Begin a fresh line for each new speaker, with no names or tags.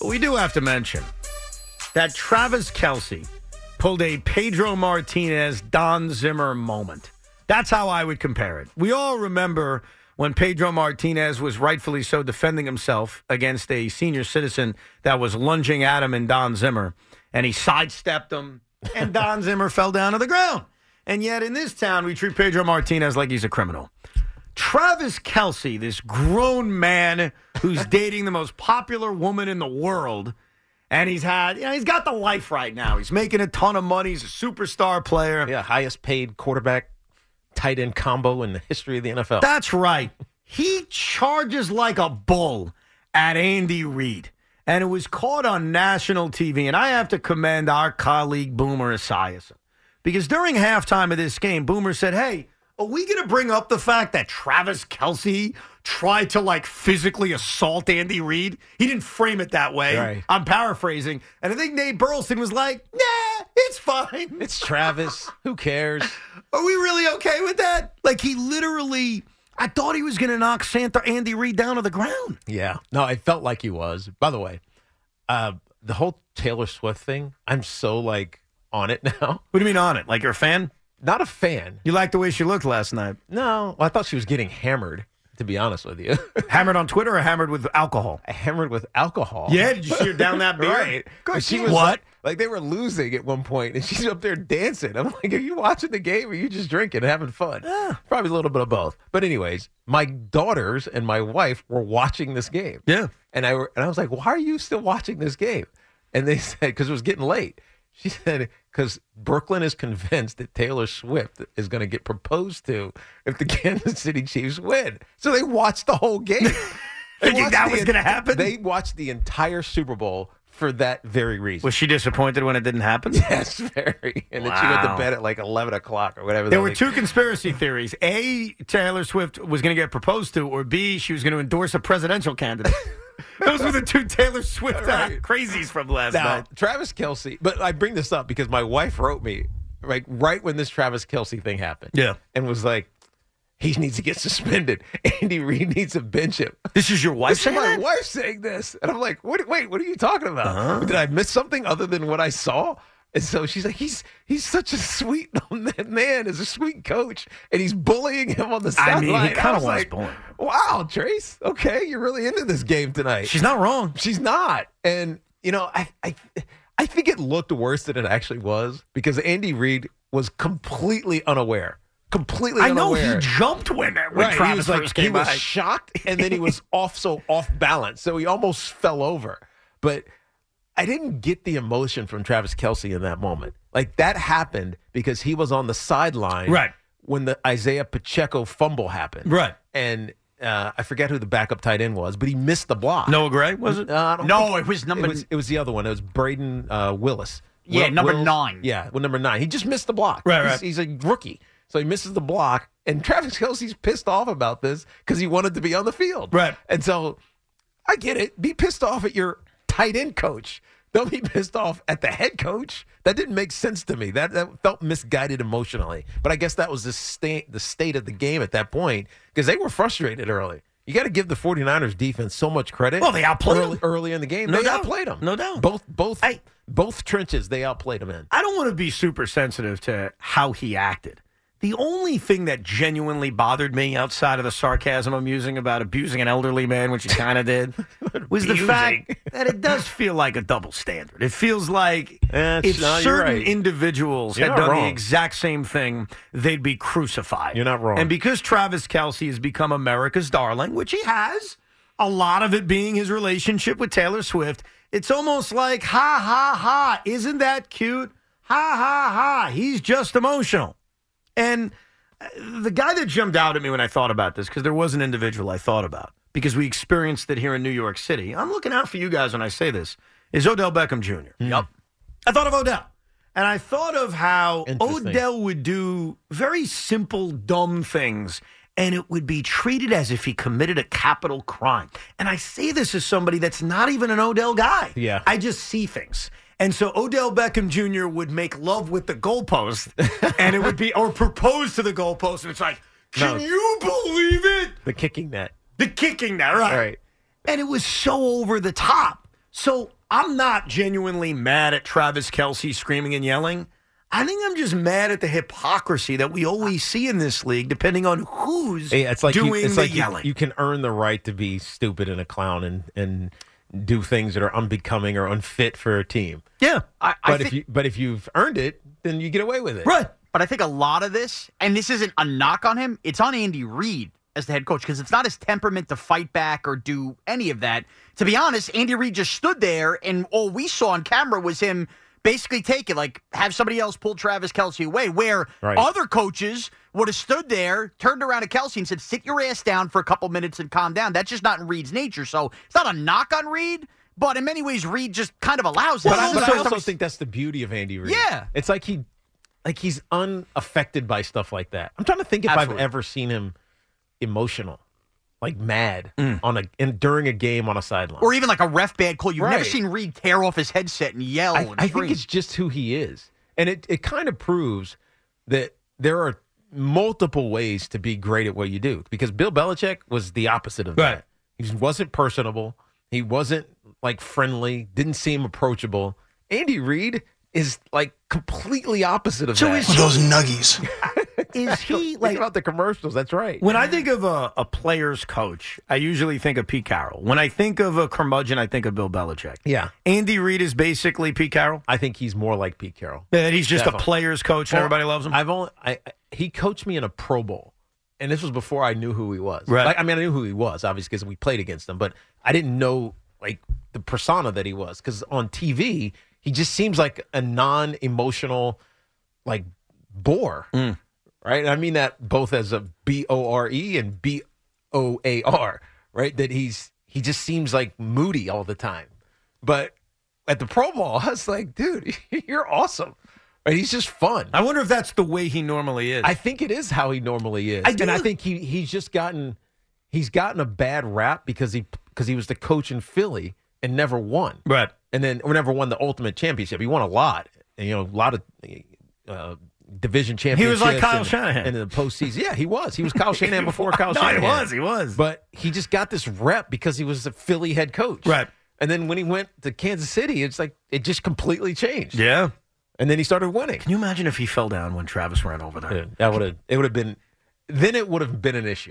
But we do have to mention that Travis Kelsey pulled a Pedro Martinez Don Zimmer moment. That's how I would compare it. We all remember when Pedro Martinez was rightfully so defending himself against a senior citizen that was lunging at him and Don Zimmer, and he sidestepped him, and Don Zimmer fell down to the ground. And yet in this town, we treat Pedro Martinez like he's a criminal. Travis Kelsey, this grown man who's dating the most popular woman in the world, and he's had, you know, he's got the life right now. He's making a ton of money. He's a superstar player.
Yeah, highest paid quarterback tight end combo in the history of the NFL.
That's right. He charges like a bull at Andy Reid. And it was caught on national TV. And I have to commend our colleague Boomer Esiason. Because during halftime of this game, Boomer said, Hey, are we going to bring up the fact that Travis Kelsey tried to like physically assault Andy Reid? He didn't frame it that way.
Right.
I'm paraphrasing. And I think Nate Burleson was like, Nah, it's fine.
It's Travis. Who cares?
Are we really okay with that? Like he literally, I thought he was going to knock Santa Andy Reid down to the ground.
Yeah. No, I felt like he was. By the way, uh, the whole Taylor Swift thing, I'm so like on it now.
What do you mean on it? Like you're a fan?
Not a fan.
You liked the way she looked last night.
No, well, I thought she was getting hammered. To be honest with you,
Hammered on Twitter or hammered with alcohol?
hammered with alcohol.
did you shoot down that
Right.
Good.
But she was
what?
Like, like they were losing at one point, and she's up there dancing. I'm like, are you watching the game or are you just drinking and having fun? Probably a little bit of both. But anyways, my daughters and my wife were watching this game.
Yeah.
And I were, and I was like, why are you still watching this game? And they said because it was getting late. She said because Brooklyn is convinced that Taylor Swift is going to get proposed to if the Kansas City Chiefs win. So they watched the whole game. They
Thinking
watched
that
the
was
en-
gonna happen?
They watched the entire Super Bowl for that very reason.
Was she disappointed when it didn't happen?
Yes, very. And then she went
Wow.
to bed at like eleven o'clock or whatever.
There
the
were
heck-
two conspiracy theories. A, Taylor Swift was going to get proposed to, or B, she was going to endorse a presidential candidate. Those were the two Taylor Swift uh,
Right.
crazies from last
Now,
night.
Travis Kelsey. But I bring this up because my wife wrote me like right when this Travis Kelsey thing happened.
Yeah.
and was like, he needs to get suspended. Andy Reid needs to bench him.
This is your wife
This is my wife saying this, and I'm like, what, wait, what are you talking about?
Uh-huh.
Did I miss something other than what I saw? And so she's like, he's he's such a sweet man, is a sweet coach, and he's bullying him on the
I
sideline.
mean, he kind of
I
was
like,
born.
Wow, Trace. Okay, you're really into this game tonight.
She's not wrong.
She's not. And you know, I I I think it looked worse than it actually was because Andy Reid was completely unaware. Completely
I know
unaware.
he jumped when, when
Right,
Travis
he was like
first
he
came
was
by.
shocked, and then he was off so off balance, so he almost fell over. But I didn't get the emotion from Travis Kelsey in that moment. Like that happened because he was on the sideline,
Right.
when the Isaiah Pacheco fumble happened,
Right.
and uh, I forget who the backup tight end was, but he missed the block.
Noah Gray, was it?
Uh, I don't
No,
think-
it was number-
It was, it was the other one. It was Braden uh, Willis.
Yeah, number nine.
Yeah, well, number nine. He just missed the block.
Right,
he's,
right.
He's a rookie, so he misses the block. And Travis Kelsey's pissed off about this because he wanted to be on the field.
Right.
And so, I get it. Be pissed off at your tight end coach. Don't be pissed off at the head coach. That didn't make sense to me. That that felt misguided emotionally. But I guess that was the state the state of the game at that point because they were frustrated early. You got to give the 49ers defense so much credit.
Well, they outplayed
early,
them.
early in the game.
No
they
doubt.
outplayed them.
No doubt.
Both both
Hey.
both trenches they outplayed them in.
I don't want to be super sensitive to how he acted. The only thing that genuinely bothered me outside of the sarcasm I'm using about abusing an elderly man, which he kind of did, was the fact that it does feel like a double standard. It feels like
That's-
if
no, you're
certain
right.
individuals
You're
had
not
done the
wrong.
exact same thing, they'd be crucified.
You're not wrong.
And because Travis Kelsey has become America's darling, which he has, a lot of it being his relationship with Taylor Swift, it's almost like, ha, ha, ha, isn't that cute? Ha, ha, ha, he's just emotional. And uh, the guy that jumped out at me when I thought about this, because there was an individual I thought about, because we experienced it here in New York City. I'm looking out for you guys when I say this. Is Odell Beckham Jr.
Hmm.
Yep. I thought of Odell. And I thought of how
Interesting.
Odell would do very simple, dumb things, and it would be treated as if he committed a capital crime. And I say this as somebody that's not even an Odell guy.
Yeah.
I just see things. And so Odell Beckham Jr. would make love with the goalpost, and it would be, or propose to the goalpost, and it's like, can
No.
you believe it?
The kicking net.
The kicking that, right?
All right.
and it was so over the top. So I'm not genuinely mad at Travis Kelsey screaming and yelling. I think I'm just mad at the hypocrisy that we always see in this league, depending on who's
Yeah, it's like you-
doing
it's
the
like you-
yelling.
You, can earn the right to be stupid and a clown and and do things that are unbecoming or unfit for a team.
yeah,
I, I
But
think,
if you but if you've earned it, then you get away with it.
right.
but I think a lot of this, and this isn't a knock on him, it's on Andy Reid as the head coach because it's not his temperament to fight back or do any of that. To be honest, Andy Reid just stood there, and all we saw on camera was him basically take it, like have somebody else pull Travis Kelsey away, where
Right.
other coaches would have stood there, turned around at Kelsey and said, "Sit your ass down for a couple minutes and calm down." That's just not in Reid's nature. So it's not a knock on Reid, but in many ways, Reid just kind of allows
But,
that.
I, but I
So-
also think that's the beauty of Andy Reid.
Yeah.
It's like he like he's unaffected by stuff like that. I'm trying to think if
Absolutely.
I've ever seen him emotional, like mad on a and during a game on a sideline.
or even like a ref bad call. You've never
Right.
seen Reed tear off his headset and yell.
I,
and
I
scream.
think it's just who he is. And it, it kind of proves that there are multiple ways to be great at what you do because Bill Belichick was the opposite of
Right.
that. He just wasn't personable. He wasn't like friendly, didn't seem approachable. Andy Reid is like completely opposite of
So
that.
is
those nuggies.
Is he
Think
like
about the commercials. That's right.
When I think of a, a player's coach, I usually think of Pete Carroll. When I think of a curmudgeon, I think of Bill Belichick.
Yeah.
Andy Reid is basically Pete Carroll.
I think he's more like Pete Carroll.
That he's just a
Definitely.
player's coach and everybody loves him.
I've only I, I- he coached me in a Pro Bowl, and this was before I knew who he was.
Right.
Like, I mean, I knew who he was obviously because we played against him, but I didn't know like the persona that he was because on TV he just seems like a non-emotional like bore,
Mm.
right? And I mean that both as a B O R E and B O A R, right? That he's he just seems like moody all the time, but. At the Pro Bowl, I was like, dude, you're awesome. Right? He's just fun.
I wonder if that's the way he normally is.
I think it is how he normally is,
I do-
and I think he he's just gotten he's gotten a bad rap because he because he was the coach in Philly and never won,
right.
and then or never won the ultimate championship. He won a lot, and, you know, a lot of uh, division championships.
like Kyle
and,
Shanahan.
and in the postseason. Yeah, he was. He was Kyle Shanahan before Kyle
no, he
Shanahan.
was. He was.
But he just got this rep because he was a Philly head coach,
Right.
And then when he went to Kansas City, it's like it just completely changed.
yeah.
And then he started winning.
Can you imagine if he fell down when Travis ran over there?
Yeah, that would have it would have been then it would have been an issue.